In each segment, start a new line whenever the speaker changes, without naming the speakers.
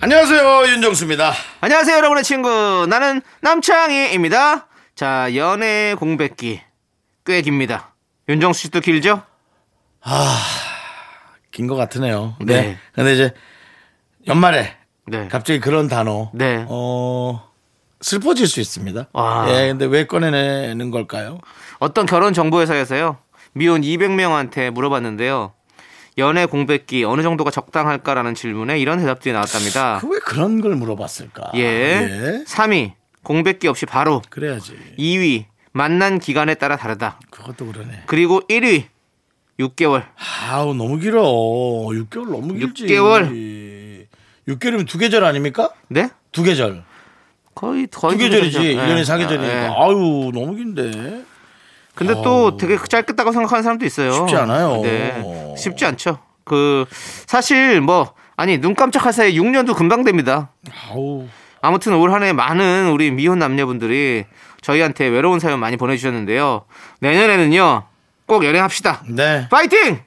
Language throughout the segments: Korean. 안녕하세요 윤정수입니다.
안녕하세요, 여러분의 친구. 나는 남창희입니다. 자, 연애 공백기 꽤 깁니다. 윤정수 씨도 길죠?
긴 것 같으네요. 네.
네.
근데 이제 연말에
네.
갑자기 그런 단어,
네. 아.
어 슬퍼질 수 있습니다.
와.
예, 근데 왜 꺼내는 걸까요?
어떤 결혼 정보 회사에서요. 미혼 200명한테 물어봤는데요. 연애 공백기 어느 정도가 적당할까라는 질문에 이런 대답들이 나왔답니다.
그 왜 그런 걸 물어봤을까?
예. 3위. 공백기 없이 바로.
그래야지.
2위. 만난 기간에 따라 다르다.
그것도 그러네.
그리고 1위. 6개월.
아우 너무 길어. 6개월 너무 길지.
6개월.
6개월이면 두 계절 아닙니까?
네?
두 계절.
거의 거의
두 계절이지.
그거죠.
1년에
예.
4계절이니까.
예.
아유 너무 긴데.
근데 또 되게 짧겠다고 생각하는 사람도 있어요.
어. 쉽지 않아요.
네. 쉽지 않죠. 그 사실 뭐 아니 눈 깜짝할 사이에 6년도 금방 됩니다.
아우.
아무튼 올 한해 많은 우리 미혼 남녀분들이 저희한테 외로운 사연 많이 보내주셨는데요. 내년에는요 꼭 연애합시다.
네.
파이팅!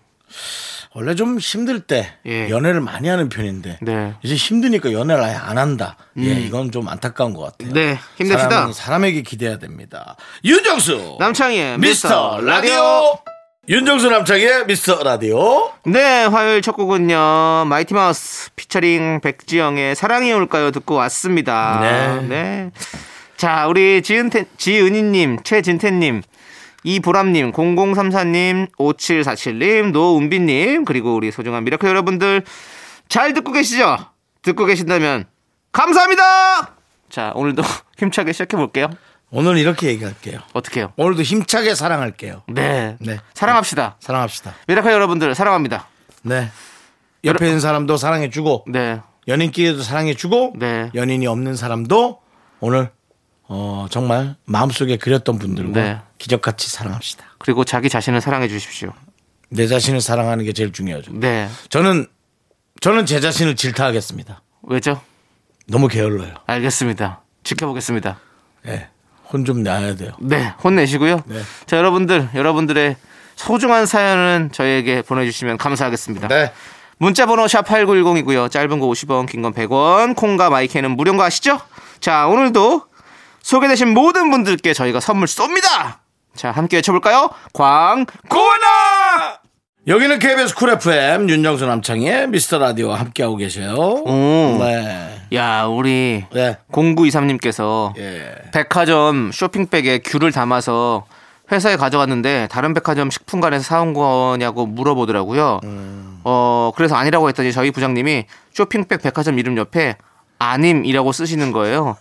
원래 좀 힘들 때
예.
연애를 많이 하는 편인데
네. 음.
이제 힘드니까 연애를 아예 안 한다. 예, 이건 좀 안타까운 것 같아요.
네, 힘냅시다.
사람은 사람에게 기대야 됩니다. 윤정수
남창희의
미스터 라디오. 윤정수 남창의 미스터 라디오.
네 화요일 첫 곡은요 마이티마우스 피처링 백지영의 사랑이 올까요 듣고 왔습니다.
네.
네. 자 우리 지은태, 지은희님, 최진태님, 이보람님, 0034님, 5747님, 노은비님 그리고 우리 소중한 미라클 여러분들 잘 듣고 계시죠? 듣고 계신다면 감사합니다. 자 오늘도 힘차게 시작해 볼게요.
오늘 이렇게 얘기할게요.
어떻게요?
오늘도 힘차게 사랑할게요.
네.
네.
사랑합시다.
사랑합시다.
미라클 여러분들 사랑합니다.
네. 옆에 있는 사람도 사랑해주고
네.
연인끼리도 사랑해주고
네.
연인이 없는 사람도 오늘 어, 정말 마음속에 그렸던 분들과
네.
기적같이 사랑합시다.
그리고 자기 자신을 사랑해 주십시오.
내 자신을 사랑하는 게 제일 중요하죠.
네.
저는 저는 제 자신을 질타하겠습니다.
왜죠?
너무 게을러요.
알겠습니다. 지켜보겠습니다.
예. 혼 좀 내야 돼요.
네, 혼내시고요.
네.
자, 여러분들, 여러분들의 소중한 사연은 저희에게 보내주시면 감사하겠습니다.
네.
문자번호 샵 8910이고요. 짧은 거 50원, 긴 건 100원, 콩과 마이크는 무료인 거 아시죠? 자, 오늘도 소개되신 모든 분들께 저희가 선물 쏩니다! 자, 함께 외쳐볼까요? 광고나!
여기는 KBS 쿨 FM 윤정수 남창희의 미스터 라디오와 함께하고 계세요.
오.
네.
야, 우리
네.
0923님께서
예.
백화점 쇼핑백에 귤을 담아서 회사에 가져갔는데 다른 백화점 식품관에서 사온 거냐고 물어보더라고요.
음.
어 그래서 아니라고 했더니 저희 부장님이 쇼핑백 백화점 이름 옆에 아님이라고 쓰시는 거예요.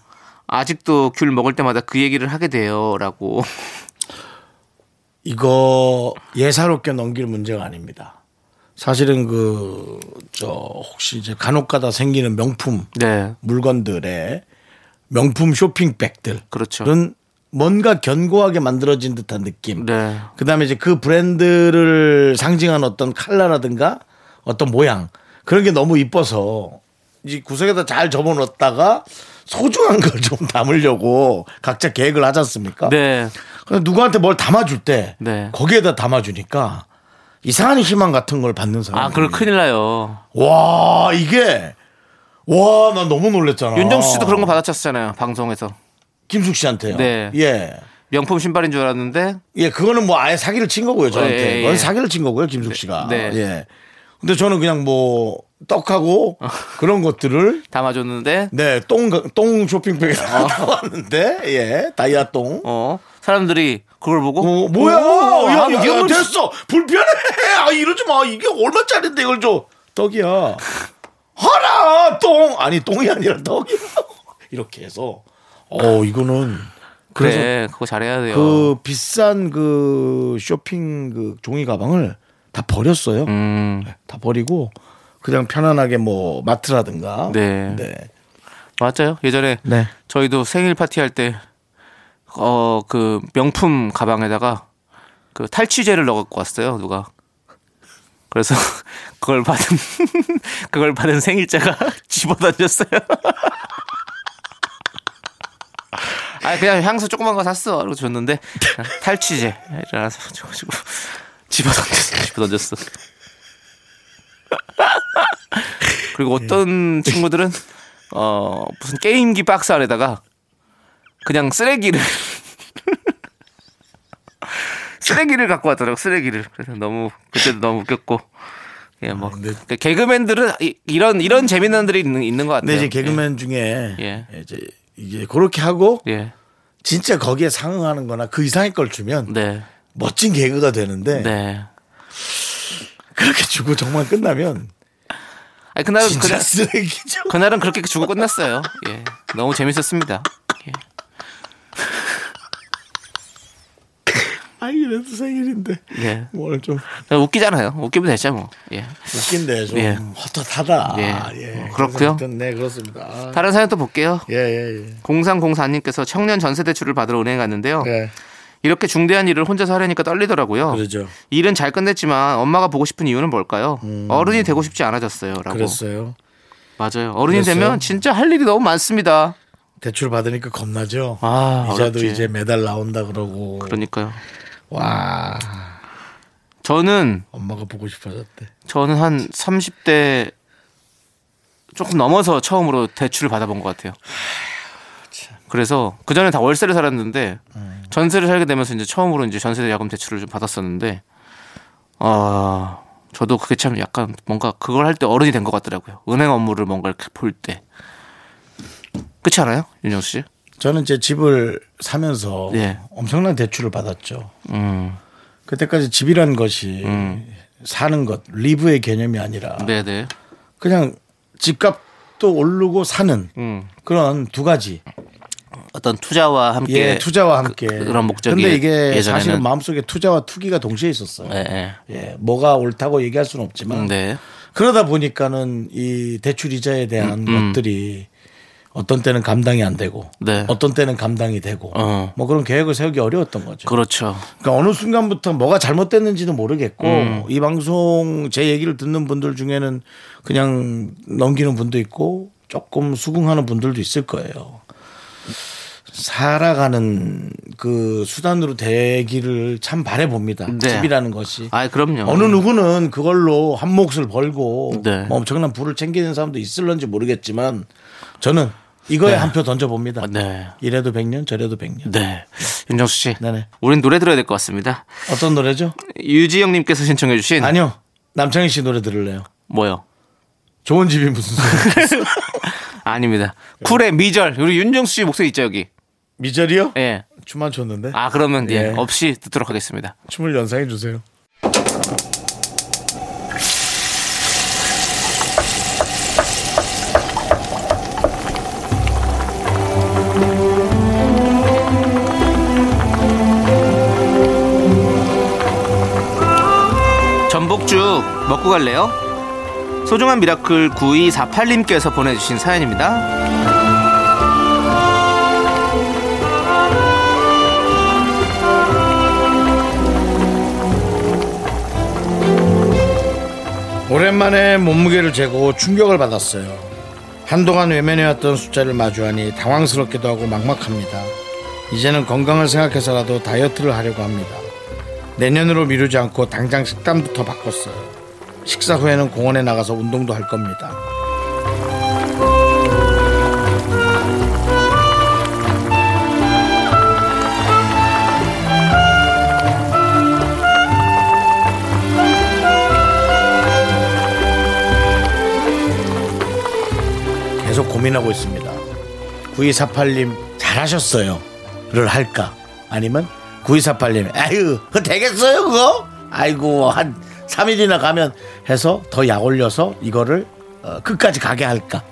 아직도 귤 먹을 때마다 그 얘기를 하게 돼요라고.
이거 예사롭게 넘길 문제가 아닙니다. 사실은 그 저 혹시 이제 간혹가다 생기는 명품
네,
물건들의 명품 쇼핑백들
그렇죠.
는 뭔가 견고하게 만들어진 듯한 느낌.
네.
그다음에 이제 그 브랜드를 상징한 어떤 컬러라든가 어떤 모양 그런 게 너무 이뻐서 이 구석에다 잘 접어놓았다가 소중한 걸 좀 담으려고 각자 계획을 하지 않습니까?
네,
근데 누구한테 뭘 담아줄 때
네.
거기에다 담아주니까 이상한 희망 같은 걸 받는 사람.
아 그럴 큰일 나요.
와 이게 와 나 너무 놀랬잖아.
윤정수 씨도 그런 거 받아쳤잖아요 방송에서
김숙 씨한테요.
네.
예.
명품 신발인 줄 알았는데
예, 그거는 뭐 아예 사기를 친 거고요, 저한테.
예, 예,
그건
예.
사기를 친 거고요, 김숙 씨가.
네.
예. 근데 저는 그냥 뭐 떡하고 그런 것들을
담아줬는데
네, 똥, 똥 쇼핑백에 담아왔는데, 예, 다이아 똥.
어 사람들이 그걸 보고
어, 뭐야?
오,
야, 야,
아,
야,
이건
됐어! 불편해! 아, 이러지 마! 이게 얼마짜리인데, 이걸 줘! 떡이야. 하라! 똥! 아니, 똥이 아니라 떡이야. 이렇게 해서, 어, 이거는. 그래서
네, 그래 그거 잘해야 돼요.
그 비싼 그 쇼핑 그 종이 가방을 다 버렸어요.
음,
다 버리고 그냥 편안하게 뭐 마트라든가
네. 맞아요. 예전에
네.
저희도 생일 파티 할 때 어 그 명품 가방에다가 그 탈취제를 넣어 갖고 왔어요 누가 그래서 그걸 받은 그걸 받은 생일자가 집어 던졌어요. 아 그냥 향수 조그만 거 샀어 그러고 줬는데 그냥 탈취제 일어나서 줘가지고 집어 던졌어 집어 던졌어. 그리고 어떤
네.
친구들은 어 무슨 게임기 박스 안에다가 그냥 쓰레기를 쓰레기를 갖고 왔더라고 쓰레기를 그래서 너무 그때도 너무 웃겼고 예뭐
아, 근데-
개그맨들은 이- 이런 이런 재미난 들이 있는 있는 것 같아요.
근데 네, 이제 개그맨 중에
네. 예.
이제 이게 그렇게 하고
예. 예.
진짜 거기에 상응하는 거나 그 이상의 걸 주면
네.
멋진 개그가 되는데
네.
그렇게 주고 정말 끝나면
아니 그날
진짜
그날
쓰레기죠.
그날은 그렇게 주고 끝났어요. 예. 너무 재밌었습니다. 예.
아이 그래도 생일인데 뭐
예.
오늘 좀
웃기잖아요. 웃기면 되죠 뭐. 예.
웃긴데 좀
예.
헛헛하다.
예. 어,
그래서
그렇고요.
아무튼 네 그렇습니다. 아,
다른 사연 또 볼게요.
예 예, 예.
0304님께서 청년 전세대출을 받으러 은행 갔는데요.
예.
이렇게 중대한 일을 혼자서 하려니까 떨리더라고요.
그러죠.
일은 잘 끝냈지만 엄마가 보고 싶은 이유는 뭘까요? 어른이 되고 싶지 않아졌어요. 라고.
음. 그랬어요.
맞아요. 어른이
그랬어요?
되면 진짜 할 일이 너무 많습니다.
대출 받으니까 겁나죠.
아,
이자도
어렵지.
이제 매달 나온다 그러고
그러니까요.
와
저는,
엄마가 보고 싶어졌대.
저는 한 30대 조금 넘어서 처음으로 대출을 받아본 것 같아요. 그래서 그 전에 다 월세를 살았는데 전세를 살게 되면서 이제 처음으로 이제 전세 야금 대출을 좀 받았었는데 아 저도 그게 참 약간 뭔가 그걸 할 때 어른이 된 것 같더라고요. 은행 업무를 뭔가 이렇게 볼 때. 그렇지 않아요, 윤정수 씨?
저는 제 집을 사면서
예.
엄청난 대출을 받았죠.
음,
그때까지 집이라는 것이 사는 것 리브의 개념이 아니라
네, 네,
그냥 집값도 오르고 사는
음,
그런 두 가지
어떤 투자와 함께
예, 투자와 함께
그, 런 목적이
근데 이게
예전에는
사실은 마음속에 투자와 투기가 동시에 있었어요.
예, 예.
예, 뭐가 옳다고 얘기할 수는 없지만
음, 네,
그러다 보니까는 이 대출 이자에
음,
대한 것들이 어떤 때는 감당이 안 되고
네.
어떤 때는 감당이 되고
어.
뭐 그런 계획을 세우기 어려웠던 거죠.
그렇죠.
그러니까 어느 순간부터 뭐가 잘못됐는지도 모르겠고
음.
이 방송 제 얘기를 듣는 분들 중에는 그냥 넘기는 분도 있고 조금 수긍하는 분들도 있을 거예요. 살아가는 그 수단으로 되기를 참 바래 봅니다.
네.
집이라는 것이
아, 그럼요.
어느 누구는 그걸로 한 몫을 벌고
네.
뭐 엄청난 부를 챙기는 사람도 있을런지 모르겠지만 저는 이거에 한 표 던져 봅니다.
네.
이래도 100년 저래도 100년.
네, 윤정수 씨,
네네.
우린 노래 들어야 될 것 같습니다.
어떤 노래죠?
네. 유지영님께서 신청해주신
아니요. 남창희 씨 노래 들을래요.
뭐요?
좋은 집이 무슨 소리?
아닙니다. 쿨의 미절 우리 윤정수 씨 목소리 있죠 여기.
미절이요?
예.
춤만 췄는데.
아 그러면 예,
예.
없이 듣도록 하겠습니다.
춤을 연상해 주세요.
전복죽 먹고 갈래요? 소중한 미라클 9248님께서 보내주신 사연입니다.
오랜만에 몸무게를 재고 충격을 받았어요. 한동안 외면해왔던 숫자를 마주하니 당황스럽기도 하고 막막합니다. 이제는 건강을 생각해서라도 다이어트를 하려고 합니다. 내년으로 미루지 않고 당장 식단부터 바꿨어요. 식사 후에는 공원에 나가서 운동도 할 겁니다. 계속 고민하고 있습니다. 9248님 잘하셨어요. 를 할까? 아니면 9248님 아유 그 되겠어요 그거? 아이고 한 3일이나 가면 해서 더 약 올려서 이거를 어, 끝까지 가게 할까?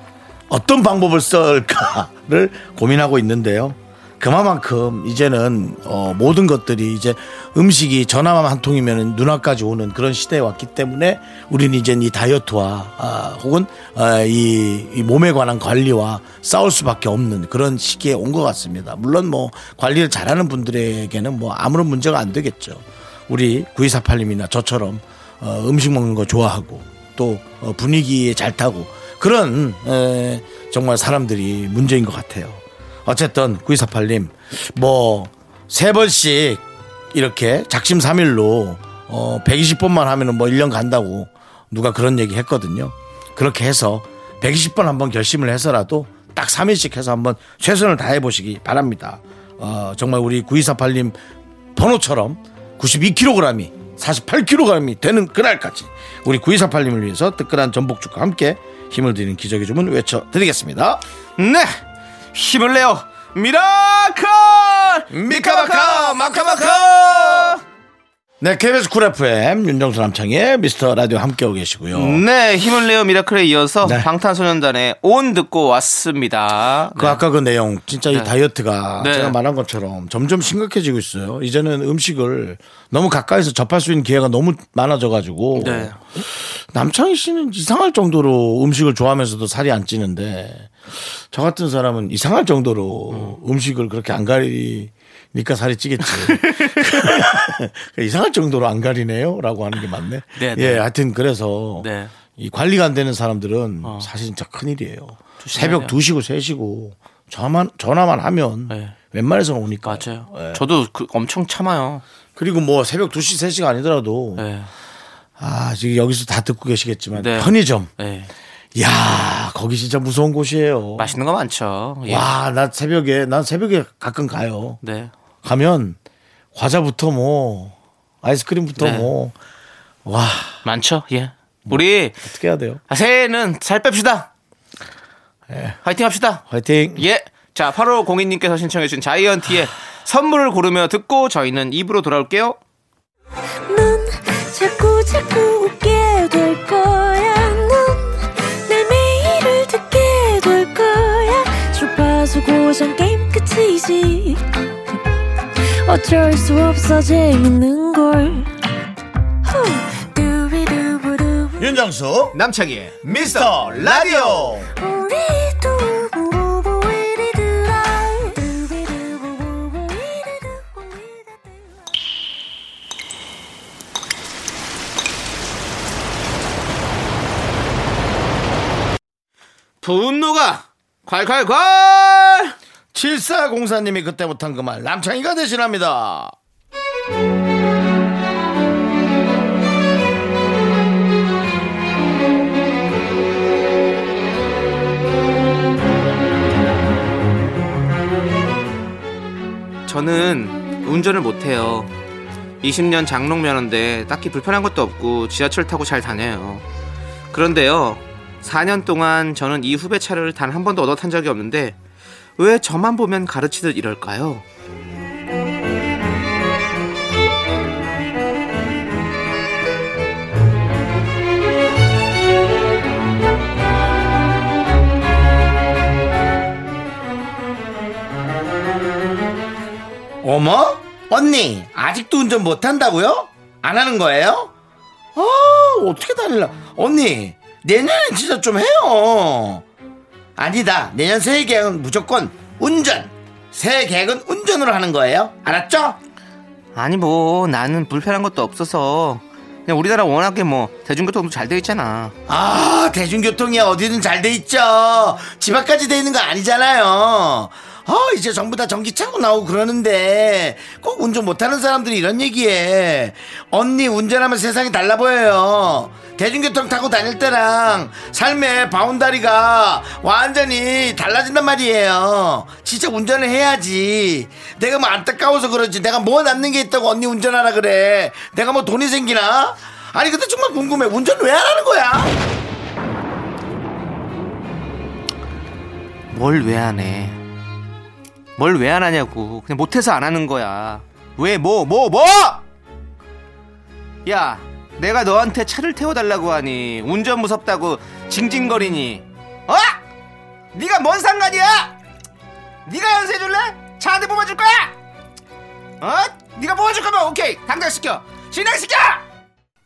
어떤 방법을 쓸까를 고민하고 있는데요. 그만큼 이제는 어, 모든 것들이 이제 음식이 전화만 한 통이면 눈앞까지 오는 그런 시대에 왔기 때문에 우리는 이제 이 다이어트와 아, 혹은 아, 이, 이 몸에 관한 관리와 싸울 수밖에 없는 그런 시기에 온 것 같습니다. 물론 뭐 관리를 잘하는 분들에게는 뭐 아무런 문제가 안 되겠죠. 우리 9248님이나 저처럼 어, 음식 먹는 거 좋아하고 또 어, 분위기에 잘 타고 그런 에, 정말 사람들이 문제인 것 같아요. 어쨌든 9248님 뭐 세 번씩 이렇게 작심삼일로 어, 120번만 하면은 뭐 1년 간다고 누가 그런 얘기 했거든요. 그렇게 해서 120번 한번 결심을 해서라도 딱 3일씩 해서 한번 최선을 다해 보시기 바랍니다. 어, 정말 우리 9248님 번호처럼 92kg이 48kg이 되는 그날까지 우리 9248님을 위해서 뜨끈한 전복죽과 함께 힘을 드리는 기적의 주문 외쳐드리겠습니다.
네 힘을 내요 미라클
미카마카,
마카마카
네, KBS 쿨 FM 윤정수 남창의 미스터 라디오 함께하고 계시고요.
네 힘을 내요 미라클에 이어서
네.
방탄소년단의 온 듣고 왔습니다
그 아까 그 내용 진짜 이 다이어트가
네.
제가 말한 것처럼 점점 심각해지고 있어요. 이제는 음식을 너무 가까이서 접할 수 있는 기회가 너무 많아져 가지고
네.
남창희 씨는 이상할 정도로 음식을 좋아하면서도 살이 안 찌는데 저 같은 사람은 이상할 정도로 음. 식을 그렇게 안 가리니까 살이 찌겠지. 이상할 정도로 안 가리네요라고 하는 게 맞네.
네, 네.
예, 하여튼 그래서
네. 어.
이 관리가 안 되는 사람들은 사실 진짜 큰일이에요.
조심해야
새벽
돼요.
2시고 3시고 전화만, 전화만 하면
네.
웬만해서는 오니까.
맞아요
예.
저도 그 엄청 참아요
그리고 뭐 새벽 2시, 3시가 아니더라도
네.
아, 지금 여기서 다 듣고 계시겠지만
네.
편의점.
네.
야 거기 진짜 무서운 곳이에요.
맛있는 거 많죠 예.
와, 나 새벽에, 난 새벽에 가끔 가요.
네.
가면 과자부터 뭐 아이스크림부터
네.
뭐 와,
많죠 예 우리
어떻게 해야 돼요?
새해에는 살 뺍시다
예.
화이팅 합시다
화이팅!
예. 자, 8호 공인님께서 신청해주신 자이언티의 선물을 고르며 듣고 저희는 입으로 돌아올게요.
넌 자꾸 자꾸 웃게 될 거야. 넌내 매일을 듣게 될 거야. 주파수 고정 게임 끝이지. 어쩔 수 없어 재밌는 걸. 후. 두비두부두부.
윤정수,
남창희의
미스터 라디오!
우리 두부부부 이리들아. 두비두부부부 이리두부 이리들아.
분노가 콸콸콸!
7404님이 그때 못한 그 말 남창희가 대신합니다.
저는 운전을 못해요. 20년 장롱면허인데 딱히 불편한 것도 없고 지하철 타고 잘 다녀요. 그런데요, 4년 동안 저는 이 후배 차를 단 한 번도 얻어 탄 적이 없는데 왜 저만 보면 가르치듯 이럴까요?
어머? 언니, 아직도 운전 못한다고요? 안 하는 거예요? 아, 어떻게 다닐라. 언니, 내년엔 진짜 좀 해요. 아니다. 내년 새해 계획은 무조건 운전. 새해 계획은 운전으로 하는 거예요. 알았죠?
아니 뭐 나는 불편한 것도 없어서 그냥 우리나라 워낙에 뭐 대중교통도 잘 돼 있잖아.
아, 대중교통이야. 어디든 잘 돼 있죠. 집 앞까지 돼 있는 거 아니잖아요. 아, 이제 전부 다 전기차고 나오고 그러는데 꼭 운전 못하는 사람들이 이런 얘기해. 언니 운전하면 세상이 달라 보여요. 대중교통 타고 다닐 때랑 삶의 바운다리가 완전히 달라진단 말이에요. 진짜 운전을 해야지. 내가 뭐 안타까워서 그러지. 내가 뭐 남는 게 있다고 언니 운전하라 그래. 내가 뭐 돈이 생기나? 아니 근데 정말 궁금해. 운전 왜 안 하는 거야?
뭘 왜 안 해? 뭘 왜 안 하냐고. 그냥 못해서 안 하는 거야. 왜, 뭐, 뭐, 뭐! 야, 내가 너한테 차를 태워달라고 하니, 운전 무섭다고 징징거리니, 어? 네가뭔 상관이야? 네가 연세해줄래?
차 한 대 뽑아줄 거야 어? 네가 뽑아줄 거면 오케이 당장시켜 진행시켜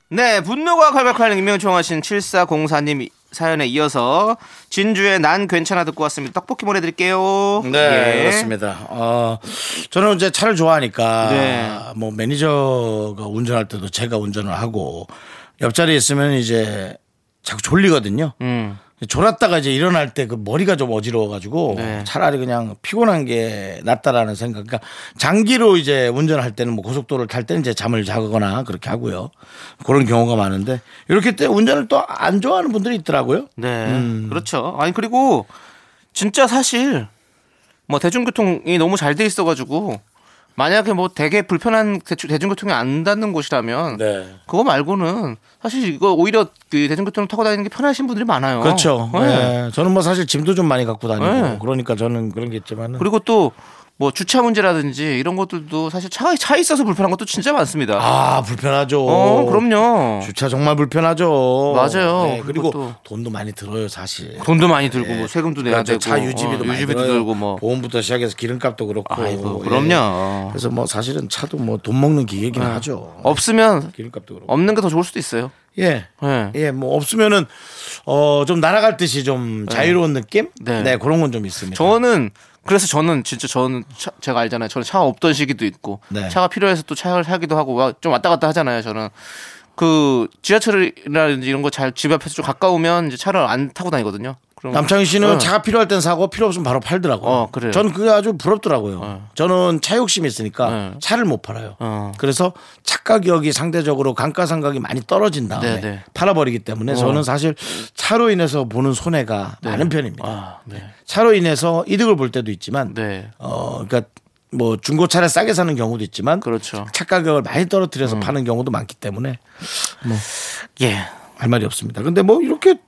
네, 분노가 칼칼칼 익명 요청하신 7404님 사연에 이어서 진주의 난 괜찮아 듣고 왔습니다. 떡볶이 보내드릴게요.
네,
예.
그렇습니다. 어, 저는 이제 차를 좋아하니까
네.
뭐 매니저가 운전할 때도 제가 운전을 하고 옆자리에 있으면 이제 자꾸 졸리거든요.
음,
졸았다가 이제 일어날 때 그 머리가 좀 어지러워가지고
네.
차라리 그냥 피곤한 게 낫다라는 생각. 그러니까 장기로 이제 운전할 때는 뭐 고속도로를 탈 때는 이제 잠을 자거나 그렇게 하고요. 그런 경우가 많은데 이렇게 때 운전을 또 안 좋아하는 분들이 있더라고요.
네,
음.
그렇죠. 아니 그리고 진짜 사실 뭐 대중교통이 너무 잘 돼 있어가지고 만약에 뭐 되게 불편한 대추- 대중교통이 안 닿는 곳이라면
네.
그거 말고는 사실 이거 오히려 그 대중교통을 타고 다니는 게 편하신 분들이 많아요.
그렇죠.
네.
예. 저는 뭐 사실 짐도 좀 많이 갖고 다니고
네.
그러니까 저는 그런 게 있지만은
그리고 또 뭐 주차 문제라든지 이런 것들도 사실 차차 있어서 불편한 것도 진짜 많습니다.
아 불편하죠.
어, 그럼요.
주차 정말 불편하죠.
맞아요.
네, 그리고
그리고 또-
돈도 많이 들어요, 사실.
돈도 많이 들고 뭐 세금도 내야
그렇죠.
되고
차 유지비도
어,
많이
유지비도
들어요.
들고 뭐
보험부터 시작해서 기름값도 그렇고.
아이고
예.
그럼요. 예.
그래서 뭐 사실은 차도 뭐 돈 먹는 기계긴 하죠.
없으면
기름값도 그렇고.
없는 게 더 좋을 수도 있어요.
예.
어. 예.
예, 뭐 없으면은 어좀 날아갈 듯이 좀 자유로운 느낌? 네,
예. 네.
그런 건 좀 있습니다.
저는 그래서 저는 진짜 저는 차, 제가 알잖아요. 저는 차가 없던 시기도 있고
네.
차가 필요해서 또 차를 사기도 하고 와- 좀 왔다 갔다 하잖아요. 저는 그 지하철이라든지 이런 거 잘 집 앞에서 좀 가까우면 이제 차를 안 타고 다니거든요. 그럼
남창희 씨는
어.
차가 필요할 땐 사고 필요 없으면 바로 팔더라고요.
어, 그래요.
저는 그게 아주 부럽더라고요. 저는 차 욕심이 있으니까 차를 못 팔아요.
네. 어.
그래서 차 가격이 상대적으로 감가상각이 많이 떨어진 다음에
네, 네.
팔아버리기 때문에 저는 사실 차로 인해서 보는 손해가 많은 편입니다.
아, 네.
차로 인해서 이득을 볼 때도 있지만,
네.
어, 그러니까 뭐 중고차를 싸게 사는 경우도 있지만,
그렇죠.
차 가격을 많이
음.
떨어뜨려서 파는 경우도 많기 때문에
예.
할 말이 없습니다. 근데 뭐 이렇게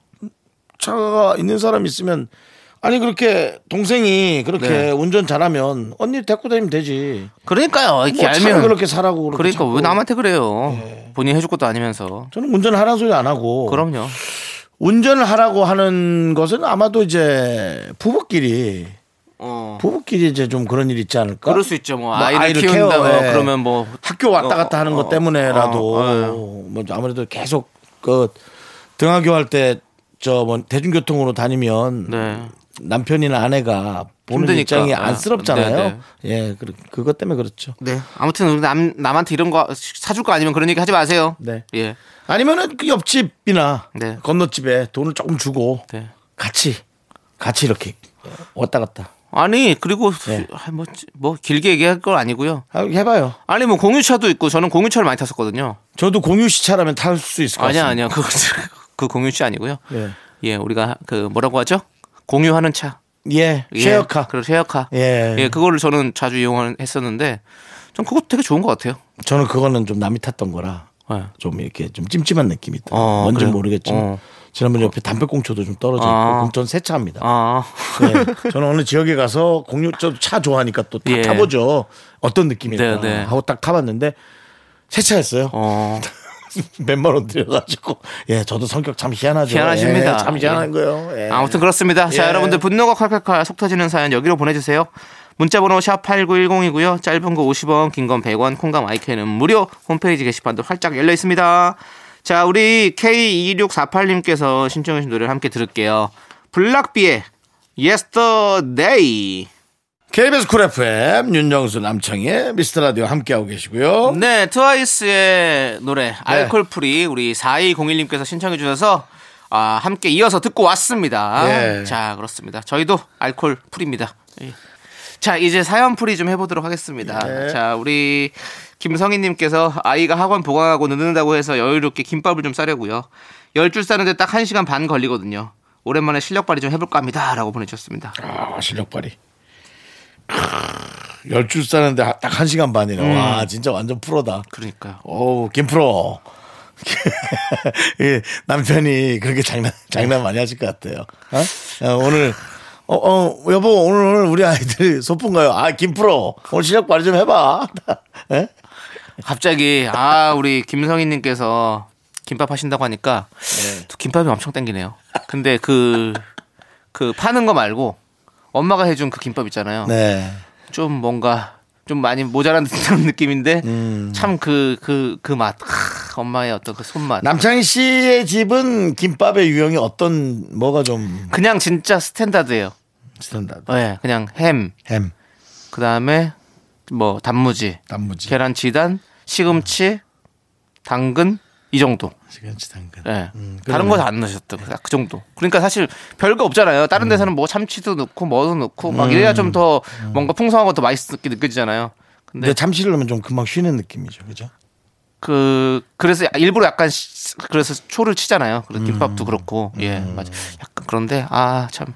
차가 있는 사람 있으면 아니 그렇게 동생이 그렇게
네.
운전 잘하면 언니 데리고 다니면 되지.
그러니까요. 이렇게
뭐 차를
알면
그렇게 사라고 예. 뭐. 그렇게
그러니까
자꾸.
왜 남한테 그래요? 본인이 해줄 것도 아니면서.
저는 운전하라는 소리 안 하고
그럼요.
운전을 하라고 하는 것은 아마도 이제 부부끼리
어.
부부끼리 이제 좀 그런 일 있지 않을까?
그럴 수 있죠.
뭐
뭐, 아이를,
아이를
키운다 고
케어해.
그러면 뭐
학교 왔다
어,
갔다 하는
어,
것
어,
때문에라도
어,
뭐 아무래도 계속 그 등하교 할때 저 뭐 대중교통으로 다니면
네.
남편이나 아내가 보는
힘드니까.
입장이 안쓰럽잖아요.
네,
예, 그, 그것 때문에 그렇죠.
네. 아무튼 우리 남 남한테 이런 거 사줄 거 아니면 그런 얘기 하지 마세요.
네.
예.
아니면은 그 옆집이나
네.
건너집에 돈을 조금 주고
네.
같이 같이 이렇게 왔다 갔다
아니 그리고
네.
아, 뭐, 뭐 길게 얘기할 건 아니고요.
아, 해봐요.
아니 뭐 공유차도 있고 저는 공유차를 많이 탔었거든요.
저도 공유 시차라면 탈 수 있을 것
아니야
같습니다.
아니야 그그 공유차 아니고요.
예.
예 우리가 그 뭐라고 하죠? 공유하는 차.
예,
예.
쉐어카.
그리고 쉐어카.
예.
그거를 저는 자주 이용했었는데 전 그것도 되게 좋은 것 같아요.
저는 그거는 좀 남이 탔던 거라
예.
좀 이렇게 좀 찜찜한 느낌이 있다.
어,
뭔지
그래요?
모르겠지만
어.
지난번 에 옆에 담배꽁초도 좀 떨어져 있고
아.
그럼 전 세차합니다.
아
예. 저는 어느 지역에 가서 공유 저 차 좋아하니까 또 다
예.
타보죠. 어떤 느낌일까
네, 네.
하고 딱 타봤는데 세차했어요.
어.
몇만 원 들여가지고 예, 저도 성격 참 희한하죠.
희한하십니다.
예, 참 희한한
예.
거예요. 예.
아무튼 그렇습니다. 자,
예.
여러분들 분노가 칼칼칼 속 터지는 사연 여기로 보내주세요. 문자번호 샵 8910이고요. 짧은 거 50원, 긴 건 100원, 콩감 아이크는 무료. 홈페이지 게시판도 활짝 열려 있습니다. 자, 우리 K2648님께서 신청해 주신 노래를 함께 들을게요. 블락비의 Yesterday.
KBS 쿨 FM 윤정수 남창희 미스터 라디오 함께하고 계시고요.
네, 트와이스의 노래 알콜 프리 우리 4201님께서 신청해 주셔서 아, 함께 이어서 듣고 왔습니다.
예.
자, 그렇습니다. 저희도 알콜 프리입니다. 예. 자, 이제 사연 풀이 좀 해보도록 하겠습니다.
예.
자, 우리 김성희님께서 아이가 학원 보강하고 늦는다고 해서 여유롭게 김밥을 좀 싸려고요. 열 줄 싸는데 딱 1시간 반 걸리거든요. 오랜만에 실력 발휘 좀 해볼까 합니다. 라고 보내주셨습니다.
아, 실력 발휘. 아, 열줄 싸는데 딱 한 시간 반이네.
음.
와, 진짜 완전 프로다.
그러니까요.
어우, 김프로. 예, 남편이 그렇게 장난, 장난 많이 하실 것 같아요. 어? 어, 오늘, 어, 어, 여보, 오늘 우리 아이들이 소풍 가요. 아, 김프로. 오늘 실력 발휘 좀 해봐. 예?
갑자기 아 우리 김성희님께서 김밥 하신다고 하니까 또 김밥이 엄청 땡기네요. 근데 그 그 파는 거 말고 엄마가 해준 그 김밥 있잖아요.
네.
좀 뭔가 좀 많이 모자란 듯한 느낌인데 참 그 그 그 맛. 하, 엄마의 어떤 그 손맛.
남창희 씨의 집은 김밥의 유형이 어떤 뭐가 좀
그냥 진짜 스탠다드예요.
스탠다드?
예, 그냥 햄,
햄,
그 다음에 뭐 단무지,
단무지,
계란 지단, 시금치, 당근 이 정도.
시금치, 당근.
예.
음,
다른
그러네.
거 다 안 넣으셨던 거그 정도. 그러니까 사실 별거 없잖아요.
음.
다른 데서는 뭐 참치도 넣고 뭐도 넣고 막 이래야 좀 더
음.
뭔가 풍성하고 더 맛있게 느껴지잖아요. 근데
근데 참치를 넣으면 좀 금방 쉬는 느낌이죠, 그죠?
그 그래서 일부러 약간 시- 그래서 초를 치잖아요. 그리고
음.
김밥도 그렇고 예 맞아. 약간 그런데 아 참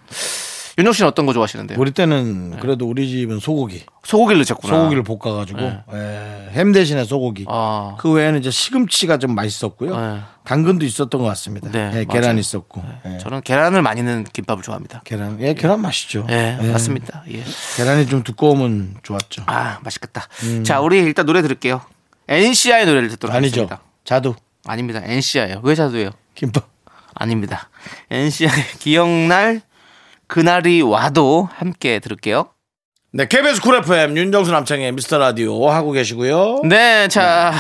윤정 씨는 어떤 거 좋아하시는데요?
우리 때는 그래도 우리 집은 소고기,
소고기를 네. 넣으셨구나. 네.
소고기를 볶아가지고 예, 햄 대신에 소고기.
아.
그 외에는 이제 시금치가 좀 맛있었고요.
네.
당근도 있었던 것 같습니다.
네,
예,
맞아요.
계란 있었고. 예.
저는 계란을 많이 넣은 김밥을 좋아합니다.
계란, 예, 계란 맛있죠.
예,
예.
맞습니다. 예.
계란이 좀 두꺼우면 좋았죠.
아, 맛있겠다. 자, 우리 일단 노래 들을게요. NCI의 노래를 듣도록
음. 아니죠.
하겠습니다.
자두,
아닙니다. NCI예요. 왜 자두예요?
김밥.
아닙니다. NCI 기억날 그날이 와도 함께 들을게요.
네, KBS 쿨 FM 윤정수 남창의 미스터 라디오 하고 계시고요.
네, 자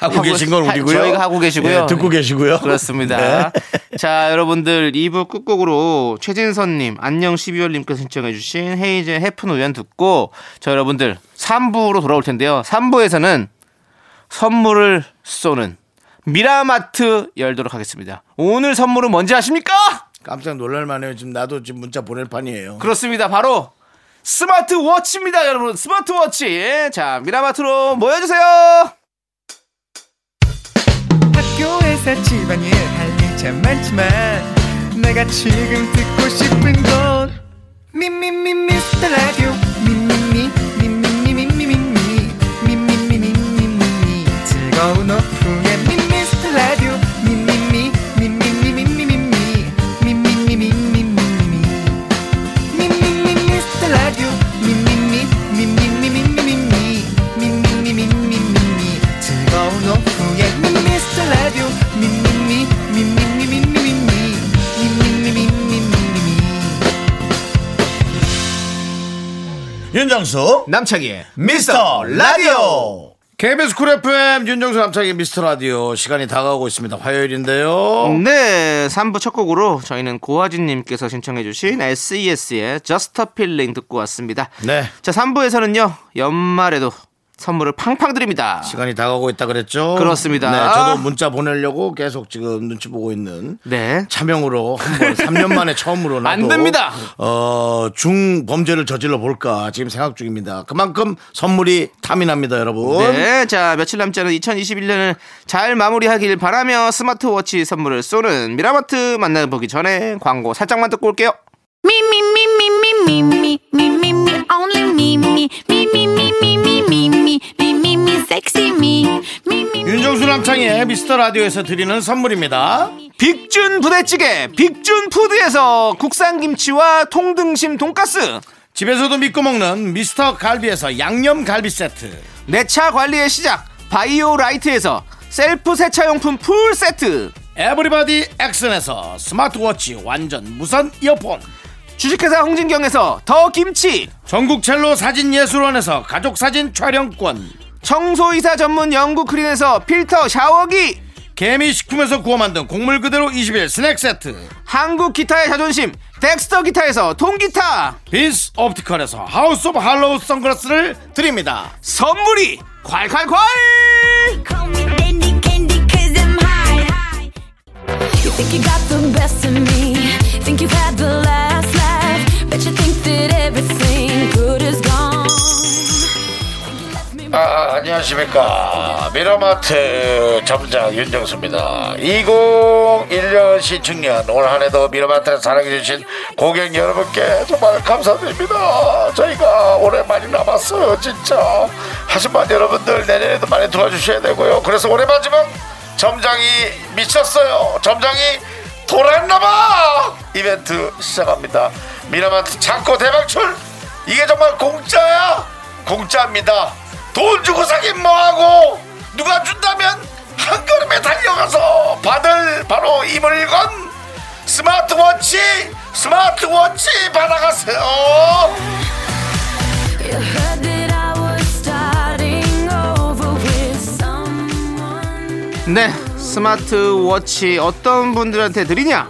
하고 계신 건
하-
우리고요.
저희가 하고 계시고요. 네,
예, 듣고 계시고요. 네.
그렇습니다. 자, 여러분들 2부 끝곡으로 최진선님, 안녕 12월님께서 신청해주신 헤이즈의 해픈 우연 듣고 저 여러분들 3부로 돌아올 텐데요. 3부에서는 선물을 쏘는 미라마트 열도록 하겠습니다. 오늘 선물은 뭔지 아십니까?
깜짝 놀랄만해요. 지금 나도 지금 문자 보낼 판이에요.
그렇습니다. 바로 스마트워치입니다, 여러분. 스마트워치. 예, 자, 미라마트로 모여주세요.
학교에서 집안일 할 일 참 많지만 내가 지금 듣고 싶은 건 미미미 미스터 라디오 미미미 미미미 미미미 미미미 미미미 즐거운 오후에 미스터 라디오 미미미 미미미 미미미 미미미 미미미
윤정수
남창희의
미스터 라디오. KBS 쿨 FM 윤정수 남창의 미스터 라디오 시간이 다가오고 있습니다. 화요일인데요.
네, 3부 첫 곡으로 저희는 고화진님께서 신청해주신 SES의 Just a Feeling 듣고 왔습니다.
네.
자, 3부에서는요, 연말에도 선물을 팡팡 드립니다.
시간이 다가오고 있다 그랬죠?
그렇습니다. 아.
네, 저도 문자 보내려고 계속 지금 눈치 보고 있는
네.
차명으로 한번 3년 만에 처음으로 나도
안 됩니다.
어, 중 범죄를 저질러 볼까 지금 생각 중입니다. 그만큼 선물이 탐이 납니다, 여러분.
네, 자, 며칠 남지 않은 2021년을 잘 마무리하길 바라며 스마트워치 선물을 쏘는 미라마트 만나보기 전에 광고 살짝만 듣고 올게요.
Me me me me me me me me me me only me me me me me me me me me me me me sexy me me me
윤정수 남창의 미스터 라디오에서 드리는 선물입니다.
빅준 부대찌개, 빅준 푸드에서 국산 김치와 통등심 돈가스.
집에서도 믿고 먹는 미스터 갈비에서 양념 갈비 세트.
내 차 관리의 시작 바이오 라이트에서 셀프 세차용품 풀 세트
에브리바디 액션에서 스마트워치 완전 무선 이어폰.
주식회사 홍진경에서 더 김치
전국 첼로 사진 예술원에서 가족 사진 촬영권.
청소이사 전문 영국 크린에서 필터 샤워기
개미 식품에서 구워 만든 곡물 그대로 20일 스낵 세트.
한국 기타의 자존심 덱스터 기타에서 통기타
빈스 옵티컬에서 하우스 오브 할로우 선글라스를 드립니다.
선물이 콸콸콸
call me dandy candy cause I'm high high You think you got the best of me think you've had the last laugh but you think that everything good is gone
아, 안녕하십니까. 미라마트 점장 윤정수입니다. 2021년 신축년 올 한 해도 미라마트를 사랑해주신 고객 여러분께 정말 감사드립니다. 저희가 올해 많이 남았어요, 진짜. 하지만 여러분들 내년에도 많이 도와주셔야 되고요. 그래서 올해 마지막 점장이 미쳤어요. 점장이 돌았나봐! 이벤트 시작합니다. 미라마트 창고 대방출! 이게 정말 공짜야? 공짜입니다. 돈 주고 사긴 뭐하고 누가 준다면 한 걸음에 달려가서 받을 바로 이물건 스마트워치 스마트워치 받아가세요
You heard that I was starting over with someone.
네, 스마트워치 어떤 분들한테 드리냐?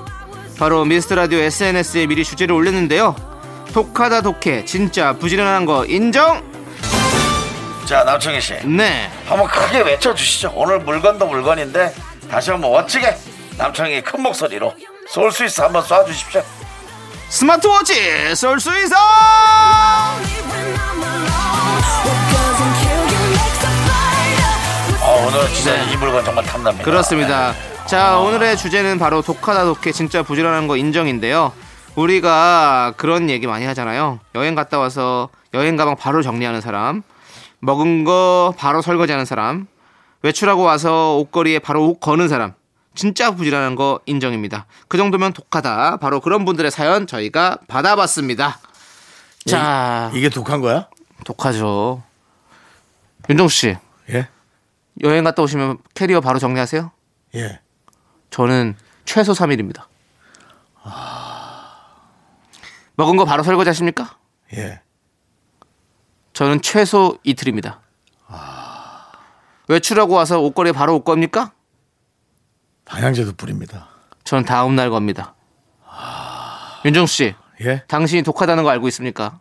바로 미스터라디오 SNS에 미리 주제를 올렸는데요. 독하다 독해, 진짜 부지런한 거 인정?
자, 남청희 씨.
네.
한번 크게 외쳐주시죠. 오늘 물건도 물건인데 다시 한번 멋지게 남창희 큰 목소리로 쏠 수 있어 한번 쏴주십시오.
스마트워치 쏠 수 있어!
Only when I'm alone. What doesn't kill you makes a fighter.
아, 오늘 진짜
네.
이 물건 정말 탐납니다.
그렇습니다. 자, 오늘의 주제는 바로 독하다 독해, 진짜 부지런한 거 인정인데요. 우리가 그런 얘기 많이 하잖아요. 여행 갔다 와서 여행 가방 바로 정리하는 사람, 먹은 거 바로 설거지하는 사람, 외출하고 와서 옷걸이에 바로 옷 거는 사람. 진짜 부지런한 거 인정입니다. 그 정도면 독하다. 바로 그런 분들의 사연 저희가 받아봤습니다. 자,
네. 이게 독한 거야?
독하죠. 윤정 씨,
예?
여행 갔다 오시면 캐리어 바로 정리하세요?
예.
저는 최소 3일입니다. 먹은 거 바로 설거지 하십니까?
예.
저는 최소 이틀입니다. 외출하고 와서 옷걸이 바로 옷 겁니까?
방향제도 뿌립니다.
저는 다음 날 겁니다. 윤정 씨,
예?
당신이 독하다는 거 알고 있습니까?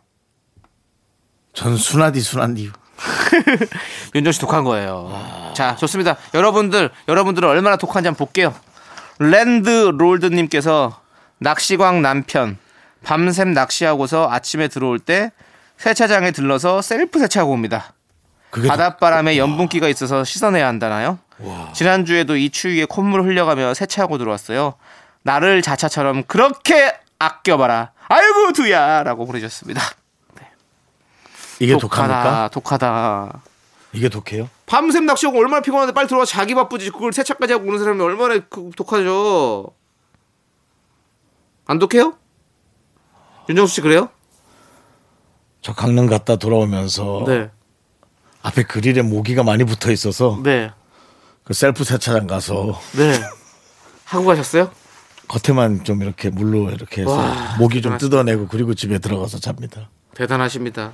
전 순하디 순한디.
윤정 씨 독한 거예요. 자, 좋습니다. 여러분들, 여러분들은 얼마나 독한지 한번 볼게요. 랜드 롤드님께서 낚시광 남편 밤샘 낚시하고서 아침에 들어올 때 세차장에 들러서 셀프 세차하고 옵니다.
그게
바닷바람에 염분기가 있어서 씻어내야 한다나요? 지난주에도 이 추위에 콧물 흘려가며 세차하고 들어왔어요. 나를 자차처럼 그렇게 아껴봐라. 아이고 두야 라고 보내주셨습니다.
이게 독합니까?
독하다 독하다.
이게 독해요?
밤샘 낚시하고 얼마나 피곤한데 빨리 들어와 자기 바쁘지 그걸 세차까지 하고 오는 사람이 얼마나 그 독하죠 안 독해요? 윤정수 씨 그래요?
저 강릉 갔다 돌아오면서
네.
앞에 그릴에 모기가 많이 붙어 있어서
네네네
그 셀프 세차장 가서
하고 가셨어요?
겉에만 좀 이렇게 물로 이렇게 해서
와,
모기 좀
대단하시다.
뜯어내고 그리고 집에 들어가서 잡니다.
대단하십니다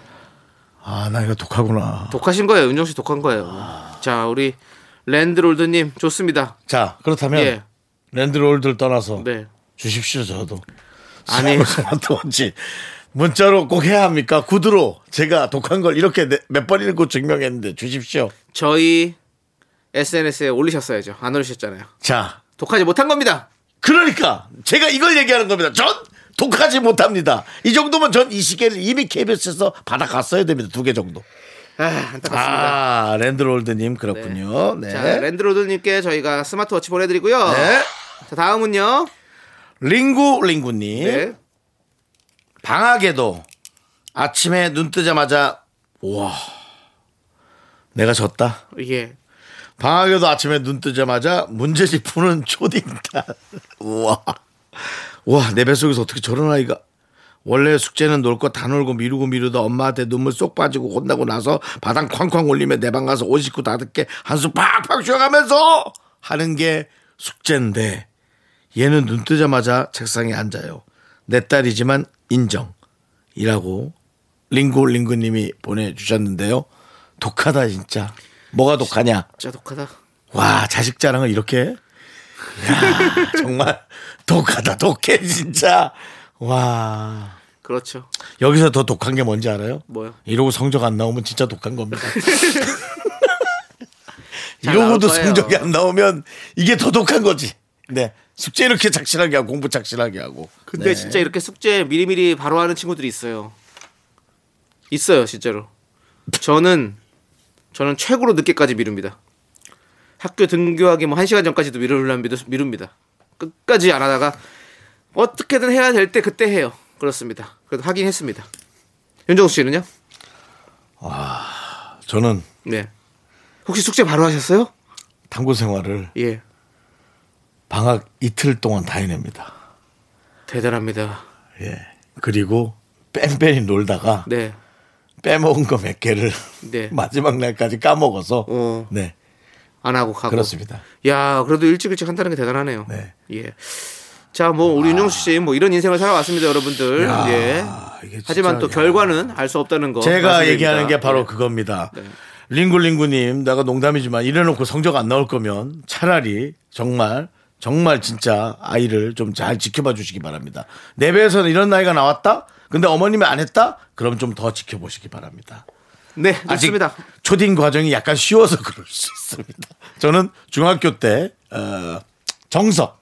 아, 나 이거 독하구나.
독하신 거예요 윤정수 씨 독한 거예요 자 우리 랜드롤드님 좋습니다
자, 그렇다면
예.
랜드롤드를 떠나서
네
주십시오, 저도.
아니.
스마트워치 문자로 꼭 해야 합니까? 구두로 제가 독한 걸 이렇게 네- 몇번 읽고 증명했는데 주십시오.
저희 SNS에 올리셨어야죠 안 올리셨잖아요
자,
독하지 못한 겁니다
그러니까 제가 이걸 얘기하는 겁니다. 전 독하지 못합니다. 이 정도면 전 이 시계를 이미 KBS에서 받아갔어야 됩니다. 두 개 정도.
아 안타깝습니다
아, 랜드롤드님 그렇군요. 네.
자 랜드로드님께 저희가 스마트워치 보내드리고요
네.
자 다음은요
링구 링구님
네.
방학에도 아침에 눈 뜨자마자 와 내가 졌다.
예.
방학에도 아침에 눈 뜨자마자 문제집 푸는 초딩딸. 우와. 우와, 내 뱃속에서 어떻게 저런 아이가. 원래 숙제는 놀 거 다 놀고 미루고 미루다 엄마한테 눈물 쏙 빠지고 혼나고 나서 바닥 쾅쾅 올리며 내 방 가서 옷 입고 다 듣게 한숨 팍팍 쉬어가면서 하는 게 숙제인데 얘는 눈 뜨자마자 책상에 앉아요. 내 딸이지만 인정. 이라고 링고 링고님이 보내주셨는데요. 독하다 진짜. 뭐가 독하냐?
진짜 독하다.
와 자식 자랑을 이렇게 해? 야, 정말 독하다 독해 진짜 와
그렇죠.
여기서 더 독한 게 뭔지 알아요?
뭐요?
이러고 성적 안 나오면 진짜 독한 겁니다
잘
이러고도
나올 거예요.
성적이 안 나오면 이게 더 독한 거지 네 숙제 이렇게 착실하게 하고 공부 착실하게 하고
근데
네.
진짜 이렇게 숙제 미리미리 바로 하는 친구들이 있어요. 있어요, 진짜로. 저는 저는 최고로 늦게까지 미룹니다. 학교 등교하기 뭐 1시간 전까지도 미루려면 미루- 미룹니다. 끝까지 안 하다가 어떻게든 해야 될 때 그때 해요. 그렇습니다. 그래도 하긴 했습니다. 윤정수 씨는요?
저는
네. 혹시 숙제 바로 하셨어요?
탐구 생활을
예.
방학 이틀 동안 다 해냅니다
대단합니다.
예 그리고 뺑뺑이 놀다가
네.
빼먹은 거 몇 개를
네.
마지막 날까지 까먹어서
어.
네
안 하고 가고.
그렇습니다.
야, 그래도 일찍 일찍 한다는 게 대단하네요.
네.
예. 자, 뭐 우리 윤정수 씨 뭐 이런 인생을 살아왔습니다, 여러분들. 예.
이게 진짜,
하지만 또
야.
결과는 알 수 없다는 거.
제가
말씀드립니다.
얘기하는 게 바로
예.
그겁니다. 링굴링구님, 내가 농담이지만 이래놓고 성적 안 나올 거면 차라리 정말 정말 진짜 아이를 좀 잘 지켜봐 주시기 바랍니다. 내 배에서는 이런 나이가 나왔다. 근데 어머님이 안 했다. 그럼 좀 더 지켜보시기 바랍니다.
네,
아직
좋습니다.
초딩 과정이 약간 쉬워서 그럴 수 있습니다. 저는 중학교 때 어, 정석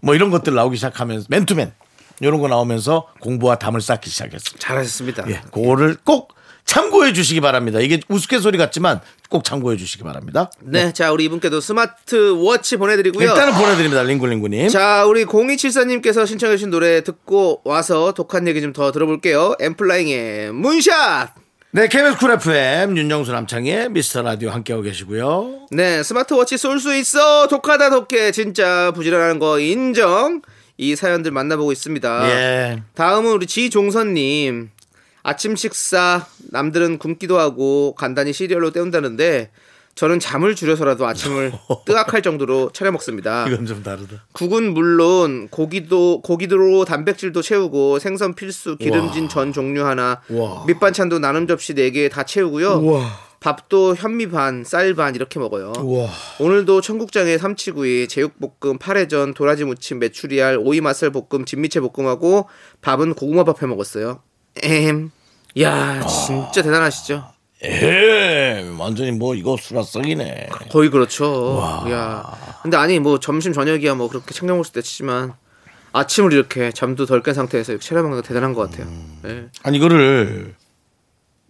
뭐 이런 것들 나오기 시작하면서 맨투맨 이런 거 나오면서 공부와 담을 쌓기 시작했습니다.
잘하셨습니다.
예, 그거를 꼭 참고해 주시기 바랍니다. 이게 우스갯소리 같지만 꼭 참고해 주시기 바랍니다.
네, 자 우리 이분께도 스마트워치 보내드리고요.
일단은 보내드립니다, 링굴링구님.
자, 우리 0274님께서 신청해주신 노래 듣고 와서 독한 얘기 좀 더 들어볼게요. 엠플라잉의 문샷!
네, KBS 쿨 FM 윤정수 남창의 미스터 라디오 함께하고 계시고요.
네, 스마트워치 쏠 수 있어! 독하다, 독해! 진짜 부지런하는 거 인정! 이 사연들 만나보고 있습니다.
예,
다음은 우리 지종선님. 아침 식사, 남들은 굶기도 하고 간단히 시리얼로 때운다는데, 저는 잠을 줄여서라도 아침을 뜨악할 정도로 차려 먹습니다.
이건 좀 다르다.
국은 물론 고기도 고기로 단백질도 채우고 생선 필수 기름진 전 종류 하나
와.
밑반찬도 나눔 접시 4개 다 채우고요.
우와,
밥도 현미 반, 쌀 반 이렇게 먹어요.
우와.
오늘도 청국장에 삼치구이, 제육볶음, 파래전, 도라지 무침, 메추리알, 오이 맛살 볶음, 진미채 볶음하고 밥은 고구마밥 해 먹었어요. 엠. 야, 진짜 대단하시죠?
예, 완전히 뭐 이거 수라성이네.
거의 그렇죠. 야. 근데 아니 뭐 점심 저녁이야 뭐 그렇게 챙겨 먹을 때 치지만 아침을 이렇게 잠도 덜 깬 상태에서 이렇게 체력 먹는 거 대단한 것 같아요. 예.
아니 이거를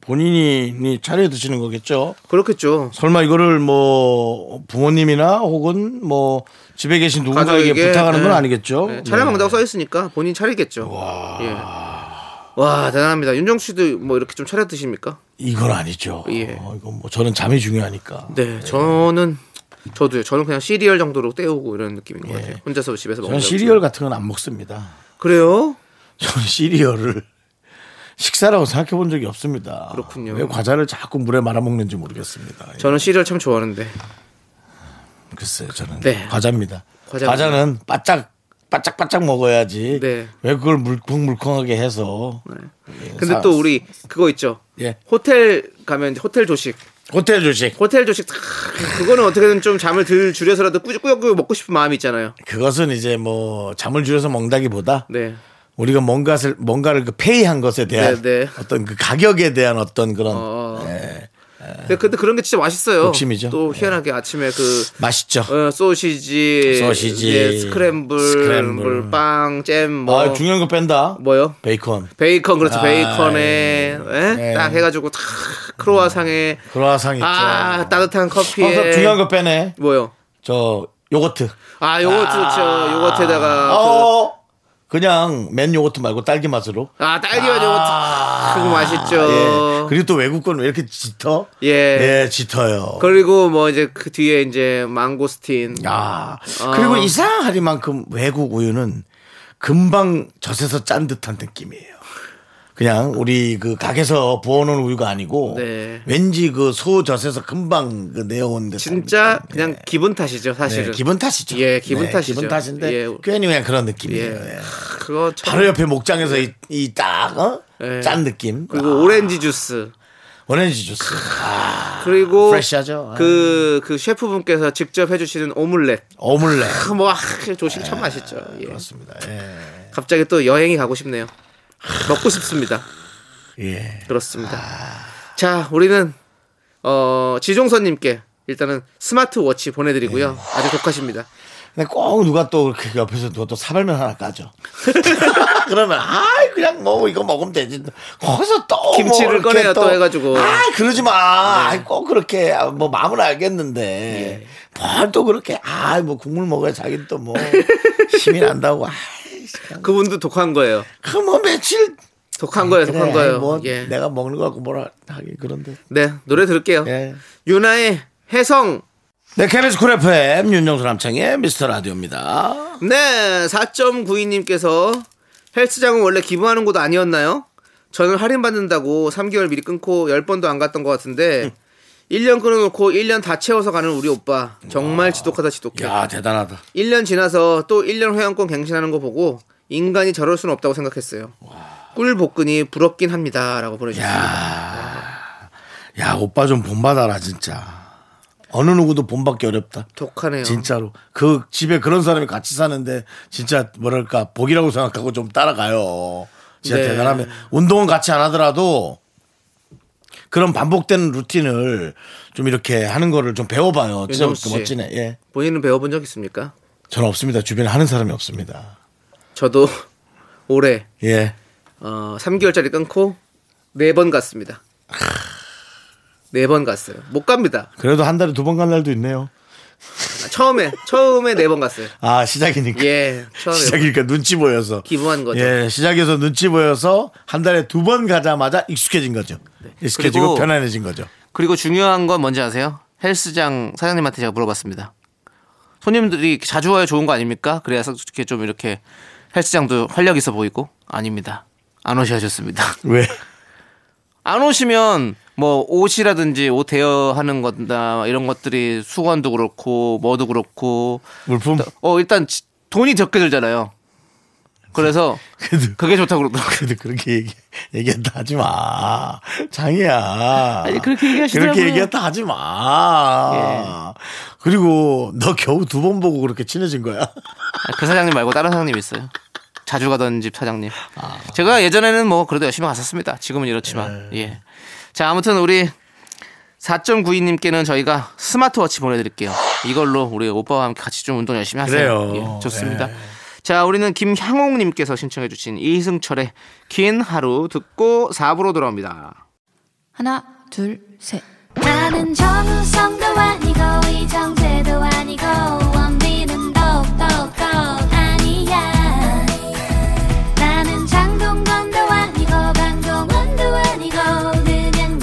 본인이 차려 드시는 거겠죠?
그렇겠죠.
설마 이거를 뭐 부모님이나 혹은 뭐 집에 계신 누군가에게
가족에게,
부탁하는 건
예.
아니겠죠?
예, 차려 먹는다고 써 있으니까 본인 차리겠죠. 와. 예. 와 대단합니다. 윤정 씨도 뭐 이렇게 좀 차려 드십니까?
이건 아니죠.
예.
어, 이건 뭐 저는 잠이 중요하니까.
네, 저는 저도요. 저는 그냥 시리얼 정도로 때우고 이런 느낌인 것
예.
같아요. 혼자서 집에서
저는
먹는
시리얼 같은 건 안 먹습니다.
그래요?
저는 시리얼을 식사라고 생각해 본 적이 없습니다.
그렇군요.
왜 과자를 자꾸 물에 말아 먹는지 모르겠습니다. 예.
저는 시리얼 참 좋아하는데
글쎄요, 저는
네.
과자입니다.
과자입니다.
과자는 바짝 바짝 바짝 먹어야지.
네.
왜 그걸 물컹물컹하게 해서? 예,
근데
사-
또 우리 그거 있죠.
예.
호텔 가면 이제 호텔 조식
호텔 조식
호텔 조식 다- 그거는 어떻게든 좀 잠을 들 줄여서라도 꾸역꾸역 먹고 싶은 마음이 있잖아요.
그것은 이제 뭐 잠을 줄여서 먹다기보다
네.
우리가 뭔가를 뭔가를 그 페이한 것에 대한
네, 네.
어떤 그 가격에 대한 어떤 그런
어.
예,
근데, 근데 그런 게 진짜 맛있어요.
욕심이죠.
또 희한하게 아침에 그
맛있죠.
어, 소시지,
소시지,
예, 스크램블,
스크램블.
뭘 빵, 잼, 뭐
아, 중요한 거 뺀다.
뭐요?
베이컨.
베이컨 그렇죠.
아,
베이컨에 예?
예. 음.
딱 해가지고 탁 크로아상에
크로아상 있죠.
아 따뜻한 커피에
어, 중요한 거 빼네.
뭐요?
저 요거트.
아 요거트 저 요거트에다가
어. 그냥 맨 요거트 말고 딸기 맛으로.
그, 아 딸기맛 요거트 그거
예.
맛있죠.
그리고 또 외국 건 왜 이렇게 짙어?
예.
예, 짙어요.
그리고 뭐 이제 그 뒤에 이제 망고스틴
아, 그리고
어.
이상하리만큼 외국 우유는 금방 젖어서 짠 듯한 느낌이에요. 그냥 우리 그 가게에서 부어놓은 우유가 아니고
네.
왠지 그 소 젖에서 금방 그 내어온 듯한
진짜
느낌.
그냥 기분 탓이죠
예. 네,
사실은.
기분 탓이죠. 네,
예, 기분 탓이죠.
기분 탓인데
예.
괜히 그냥 그런 느낌이에요.
예.
예.
크, 그거 참.
바로 옆에 목장에서 이딱 어?
예.
짠 느낌.
그리고
아,
오렌지 주스.
오렌지 주스. 아,
그리고
프레시하죠. 아,
그, 그 셰프분께서 직접 해주시는 오믈렛.
어물레.
크, 뭐 아, 조식 참 맛있죠. 예.
그렇습니다. 예.
갑자기 또 여행이 가고 싶네요. 먹고 싶습니다.
예.
그렇습니다. 자, 우리는 어, 지종선님께 일단은 스마트워치 보내드리고요.
예.
아주 독하십니다.
근데 꼭 누가 또 그렇게 옆에서 누가 또 사발면 하나 까죠. 그러면 아 그냥 뭐 이거 먹으면 되지. 거기서 또
김치를
뭐 이렇게
꺼내요, 또 해가지고. 네.
아 그러지 마. 아이, 꼭 그렇게 아, 뭐 마음은 알겠는데
예.
뭘또 그렇게 아 뭐 국물 먹어야 자기 또 뭐 힘이 난다고.
그분도 독한 거예요.
그뭐 며칠
독한 거예요,
그래,
독한 거예요.
아이, 뭐
예.
내가 먹는 거 갖고 뭐라 하긴 그런데.
네, 노래 들을게요.
예.
유나의 해성.
네, KBS 쿨 FM 윤정수 남창의 미스터 라디오입니다.
네, 4.92님께서 헬스장은 원래 기부하는 곳 아니었나요? 저는 할인 받는다고 3개월 미리 끊고 10번도 안 갔던 것 같은데 1년 끊어놓고 1년 다 채워서 가는 우리 오빠 정말 지독하다 지독해
야 대단하다.
1년 지나서 또 1년 회원권 갱신하는 거 보고 인간이 저럴 수는 없다고 생각했어요 꿀 복근이 부럽긴 합니다 라고 보내주셨습니다
야 오빠 좀 본받아라 진짜. 어느 누구도 본받기 어렵다.
독하네요
진짜로 그 집에 그런 사람이 같이 사는데 진짜 뭐랄까 복이라고 생각하고 좀 따라가요. 진짜
네.
대단하면 운동은 같이 안 하더라도 그런 반복되는 루틴을 좀 이렇게 하는 거를 좀 배워봐요. 진짜
윤정수 씨.
멋지네. 예,
본인은 배워본 적 있습니까?
저는 없습니다. 주변에 하는 사람이 없습니다.
저도 올해
예,
어, 3개월짜리 끊고 4번 갔습니다 4번 갔어요 못 갑니다
그래도 한 달에 두 번 간 날도 있네요.
처음에 처음에 4번 갔어요
아 시작이니까.
예 처음에
시작이니까 눈치 보여서
기부한 거죠.
예, 시작에서 눈치 보여서 한 달에 두 번 가자마자 익숙해진 거죠. 익숙해지고
네. 그리고
편안해진 거죠.
그리고 중요한 건 뭔지 아세요? 헬스장 사장님한테 제가 물어봤습니다. 손님들이 자주 와야 좋은 거 아닙니까? 그래야 이렇게 좀 이렇게 헬스장도 활력 있어 보이고 아닙니다. 안 오셔야 좋습니다.
왜?
안 오시면 뭐 옷이라든지 옷 대여하는 거다 이런 것들이 수건도 그렇고 뭐도 그렇고
물품?
어 일단 지- 돈이 적게 들잖아요. 그래서
그래도
그게 좋다고 그러더라고요.
그래도 그렇게 얘기, 얘기했다 하지 마. 장이야.
아니, 그렇게 얘기하시더라고요. 예.
그렇게 얘기했다 하지 마. 그리고 너 겨우 두 번 보고 그렇게 친해진 거야.
아, 그 사장님 말고 다른 사장님 있어요. 자주 가던 집 사장님.
아.
제가 예전에는 뭐 그래도 열심히 갔었습니다. 지금은 이렇지만.
네.
예. 자, 아무튼 우리 4.92님께는 저희가 스마트워치 보내드릴게요. 이걸로 우리 오빠와 함께 같이 좀 운동 열심히 하세요.
그래요. 네.
예, 좋습니다. 자, 우리는 김향옥님께서 신청해주신 이승철의 긴 하루 듣고 4부로 돌아옵니다.
하나, 둘, 셋.
나는 정우성도 아니고 이정재도 아니고 원빈은 더욱더 아니야 나는 장동건도 아니고 강동원도 아니고 그냥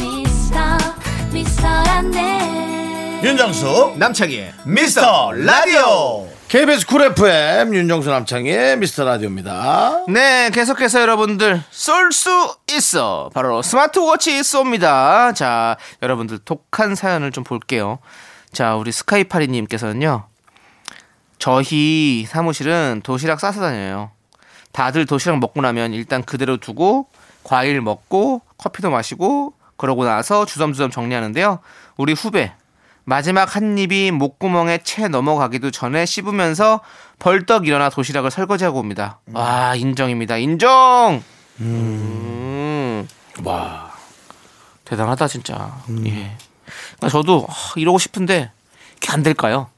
미스터 미스터란데
윤정수
남창희의
미스터 라디오. KBS 쿨 FM 윤정수 남창의 미스터 라디오입니다.
네, 계속해서 여러분들 쏠 수 있어. 바로 스마트워치 쏩니다. 자, 여러분들 독한 사연을 좀 볼게요. 자, 우리 스카이파리님께서는요. 저희 사무실은 도시락 싸서 다녀요. 다들 도시락 먹고 나면 일단 그대로 두고 과일 먹고 커피도 마시고 그러고 나서 주섬주섬 정리하는데요. 우리 후배 마지막 한 입이 목구멍에 채 넘어가기도 전에 씹으면서 벌떡 일어나 도시락을 설거지하고 옵니다. 와 인정입니다. 인정. 음.
와.
대단하다 진짜.
음.
예. 그러니까 저도 아, 이러고 싶은데 이게 안 될까요?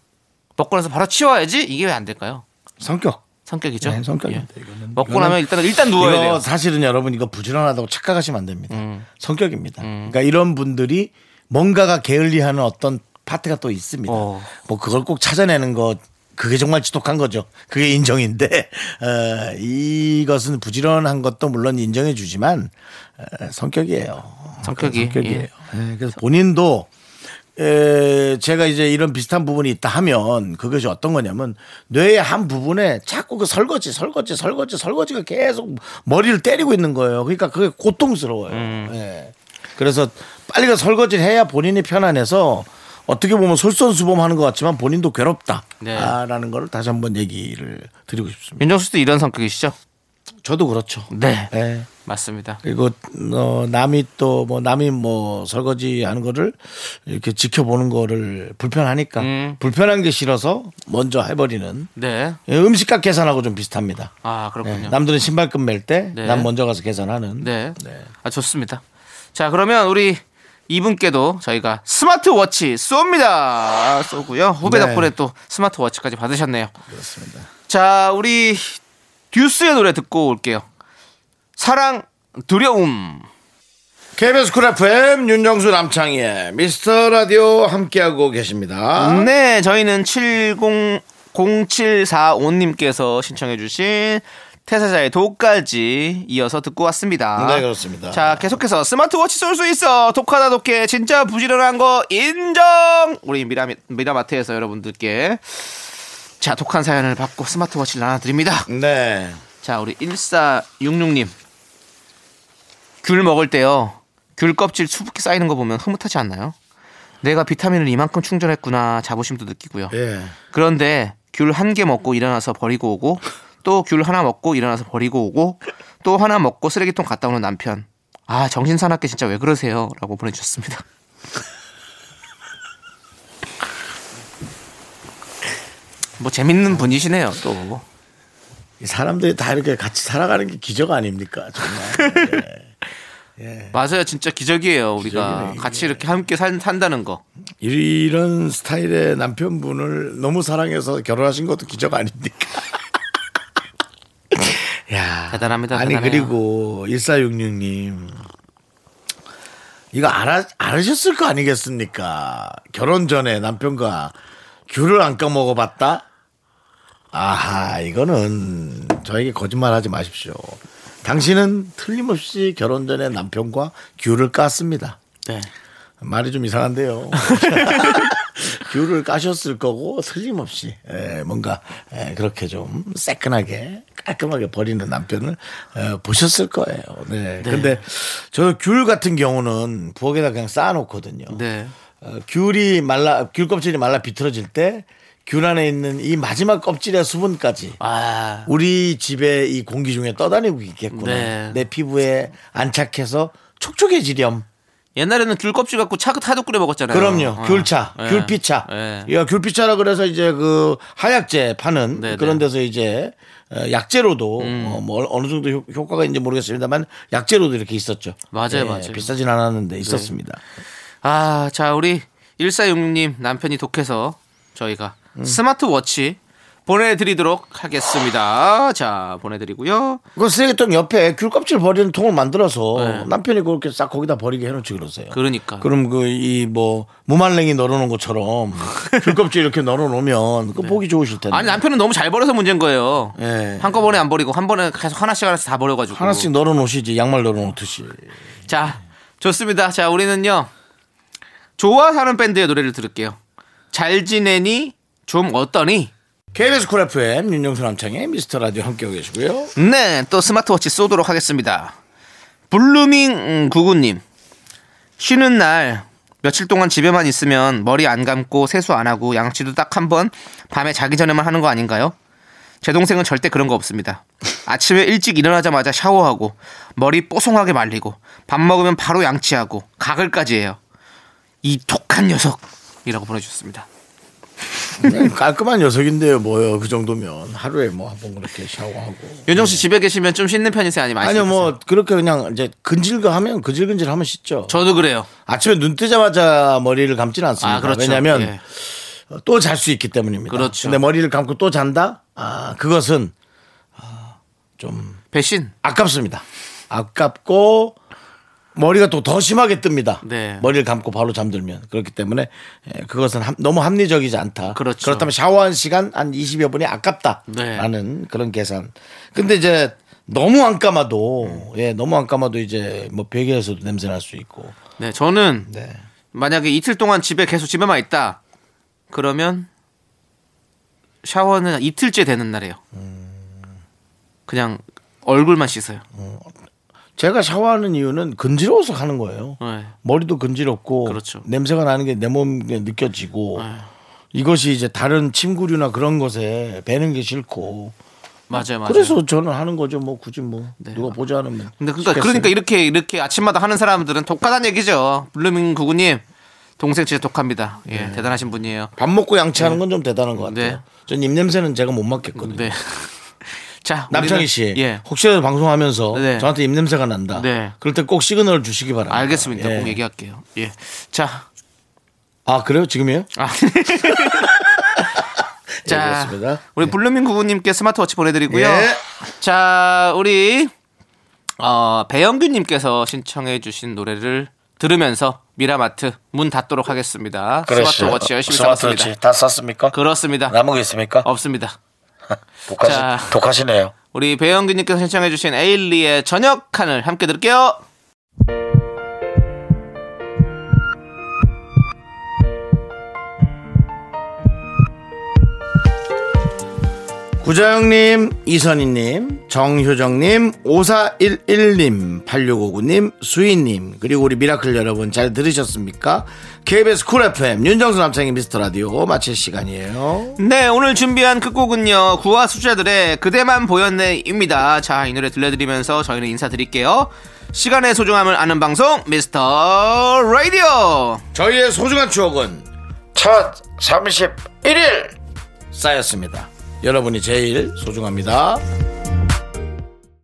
먹고 나서 바로 치워야지 이게 왜 안 될까요?
성격.
성격이죠.
네, 성격입니다.
예.
이거는.
먹고
이거는-
나면 일단 일단 누워야
이거
돼요.
사실은 여러분 이거 부지런하다고 착각하시면 안 됩니다.
음.
성격입니다. 그러니까 이런 분들이 뭔가가 게을리하는 어떤 파트가 또 있습니다.
어.
뭐 그걸 꼭 찾아내는 것 그게 정말 지독한 거죠. 그게 인정인데 어, 이것은 부지런한 것도 물론 인정해주지만 에, 성격이에요.
성격이,
성격이에요.
예.
예, 그래서 본인도 에, 제가 이제 이런 비슷한 부분이 있다 하면 그것이 어떤 거냐면 뇌의 한 부분에 자꾸 그 설거지, 설거지, 설거지, 설거지가 계속 머리를 때리고 있는 거예요. 그러니까 그게 고통스러워요. 예. 그래서 빨리 가 설거지를 해야 본인이 편안해서 어떻게 보면 솔선수범하는 것 같지만 본인도
네.
괴롭다라는 걸 다시 한번 얘기를 드리고 싶습니다.
윤정수 씨도 이런 성격이시죠?
저도 그렇죠.
네.
예.
맞습니다.
그리고 어, 남이 또 뭐 남이 뭐 설거지 하는 거를 이렇게 지켜보는 거를 불편하니까
음.
불편한 게 싫어서 먼저 해버리는
네.
예, 음식값 계산하고 좀 비슷합니다.
아
예,
그렇군요.
남들은 신발끈 멜 때 난
네.
먼저 가서 계산하는.
네. 아 좋습니다. 자 그러면 우리 이분께도 저희가 스마트워치 쏩니다. 쏘고요. 후배
네.
덕분에 또 스마트워치까지 받으셨네요. 그렇습니다. 자 우리 듀스의 노래 듣고 올게요. 사랑 두려움.
KBS 쿨 FM 윤정수 남창희의 미스터 라디오 함께하고 계십니다.
네, 저희는 700745님께서 신청해주신 태사자의 독까지 이어서 듣고 왔습니다.
네, 그렇습니다.
자, 계속해서 스마트워치 쏠 수 있어. 독하다 독해. 진짜 부지런한 거 인정. 우리 미라, 미라마트에서 여러분들께 자, 독한 사연을 받고 스마트워치를 나눠드립니다.
네.
자, 우리 1466님. 귤 먹을 때요. 귤 껍질 수북히 쌓이는 거 보면 흐뭇하지 않나요? 내가 비타민을 이만큼 충전했구나 자부심도 느끼고요.
예.
그런데 귤 한 개 먹고 일어나서 버리고 오고 또 귤 하나 먹고 일어나서 버리고 오고 또 하나 먹고 쓰레기통 갔다 오는 남편. 아 정신 사납게 진짜 왜 그러세요? 라고 보내주셨습니다. 뭐 재밌는 분이시네요 또.
이 사람들이 다 이렇게 같이 살아가는 게 기적 아닙니까? 정말. 예.
맞아요 진짜 기적이에요 우리가
기적이네,
같이 이렇게 함께 산, 산다는 거.
이런 스타일의 남편분을 너무 사랑해서 결혼하신 것도 기적 아닙니까? 야.
대단합니다,
아니
대단해요.
그리고 1466님 이거 알아 알으셨을 거 아니겠습니까? 결혼 전에 남편과 귤을 안 까먹어 봤다. 아하 이거는 저에게 거짓말하지 마십시오. 당신은 틀림없이 결혼 전에 남편과 귤을 깠습니다.
네.
말이 좀 이상한데요. 귤을 까셨을 거고 틀림없이 예, 뭔가 예, 그렇게 좀 새끈하게 깔끔하게 버리는 남편을 예, 보셨을 거예요. 네. 근데 저 귤 같은 경우는 부엌에다 그냥 쌓아놓거든요.
네.
어, 귤이 말라 귤 껍질이 말라 비틀어질 때 귤 안에 있는 이 마지막 껍질의 수분까지
아
우리 집에 이 공기 중에 떠다니고 있겠구나.
네.
내 피부에 안착해서 촉촉해지렴.
옛날에는 귤 껍질 갖고 차 타도 끓여 먹었잖아요.
그럼요.
어.
귤차,
예.
귤피차.
예.
야, 귤피차라 그래서 이제 그 하약제 파는
네, 음.
그런
네.
데서 이제 어, 약재로도 어, 뭐 어느 정도 효- 효과가 있는지 모르겠습니다만 약재로도 이렇게 있었죠. 예,
맞아요, 맞아요. 네.
비싸진 않았는데 있었습니다.
아, 자, 우리 1466님 남편이 독해서 저희가
음.
스마트워치 보내드리도록 하겠습니다. 자, 보내드리고요.
그 쓰레기통 옆에 귤 껍질 버리는 통을 만들어서
네.
남편이 그렇게 싹 거기다 버리게 해놓지 그러세요.
그러니까.
그럼 그 이 뭐 무말랭이 널어놓은 것처럼 귤 껍질 이렇게 널어놓으면 그 보기 좋으실 텐데.
네. 아니, 남편은 너무 잘 버려서 문제인 거예요.
예.
한꺼번에 안 버리고 한 번에 계속 하나씩 하나씩 다 버려가지고.
하나씩 널어놓으시지 양말 널어놓듯이.
자, 좋습니다. 자, 우리는요. 좋아하는 밴드의 노래를 들을게요. 잘 지내니? 좀 어떠니?
KBS 쿨 FM 윤정수 남창의 미스터 라디오 함께하고 계시고요.
네, 또 스마트워치 쏘도록 하겠습니다. 블루밍 구구님 쉬는 날 며칠 동안 집에만 있으면 머리 안 감고 세수 안 하고 양치도 딱 한 번 밤에 자기 전에만 하는 거 아닌가요? 제 동생은 절대 그런 거 없습니다. 아침에 일찍 일어나자마자 샤워하고 머리 뽀송하게 말리고 밥 먹으면 바로 양치하고 가글까지 해요. 이 독한 녀석이라고 보내주셨습니다.
그냥 네, 깔끔한 녀석인데요, 뭐요. 그 정도면 하루에 뭐 한 번 그렇게 샤워하고.
윤정 씨 집에 계시면 좀 씻는 편이세요? 아니면 안
아니요,
씻으세요?
뭐 그렇게 그냥 이제 근질거 하면 근질근질 하면 씻죠.
저도 그래요.
아침에 눈 뜨자마자 머리를 감지는 않습니다.
아 그렇죠.
왜냐하면
예.
또 잘 수 있기 때문입니다.
그렇죠.
근데 머리를 감고 또 잔다? 아, 그것은 아, 좀
배신.
아깝습니다. 아깝고 머리가 또 더 심하게 뜹니다.
네.
머리를 감고 바로 잠들면 그렇기 때문에 예, 그것은 함- 너무 합리적이지 않다.
그렇죠.
다면 샤워한 시간 한 20여 분이
네.
아깝다라는 그런 계산. 근데 이제 너무 안
음.
감아도 예 너무 안 감아도 이제 뭐 베개에서도 냄새 날 수 있고
네, 저는
네.
만약에 이틀 동안 집에 계속 집에만 있다. 그러면 샤워는 이틀째 되는 날이에요.
음.
그냥 얼굴만 씻어요.
제가 샤워하는 이유는 근지러워서 하는 거예요.
네.
머리도 근지럽고
그렇죠. 네.
냄새가 나는 게 내 몸에 느껴지고 이것이 이제 다른 침구류나 그런 것에 배는 게 싫고
맞아요, 맞아요.
그래서 저는 하는 거죠. 뭐 굳이 뭐
네.
누가 보자 하면.
근데 그러니까, 그러니까 이렇게 이렇게 아침마다 하는 사람들은 독하다는 얘기죠. 블루밍 구구님 동생 진짜 독합니다.
네.
예, 대단하신 분이에요.
밥 먹고 양치하는 건 좀 대단한 것 같아요.
네.
전 입냄새는 제가 못 맡겠거든요.
네. 자,
남창희
우리는-
씨,
예.
혹시라도 방송하면서
네.
저한테 입냄새가 난다.
네.
그럴 때 꼭 시그널 주시기 바랍니다.
알겠습니다.
예.
꼭 얘기할게요. 예. 자,
아 그래요? 지금이요?
아.
예,
자,
그렇습니다.
우리 블루밍 구구님께 스마트워치 보내드리고요.
예.
자, 우리 어, 배영규님께서 신청해주신 노래를 들으면서 미라마트 문 닫도록 하겠습니다. 스마트워치 열심히 써봤습니다.
다 썼습니까?
그렇습니다.
남은 게 있습니까?
없습니다.
독하시,
자.
독하시네요.
우리 배영규님께서 신청해주신 에일리의 저녁 한을 함께 들을게요.
구자영님, 이선희님, 정효정님, 5411님, 8659님, 수희님, 그리고 우리 미라클 여러분 잘 들으셨습니까? KBS 쿨 FM, 윤정수 남창희 미스터 라디오 마칠 시간이에요.
네, 오늘 준비한 끝곡은요. 구화 수자들의 그대만 보였네입니다. 자, 이 노래 들려드리면서 저희는 인사드릴게요. 시간의 소중함을 아는 방송 미스터 라디오.
저희의 소중한 추억은 첫 31일 쌓였습니다. 여러분이 제일 소중합니다.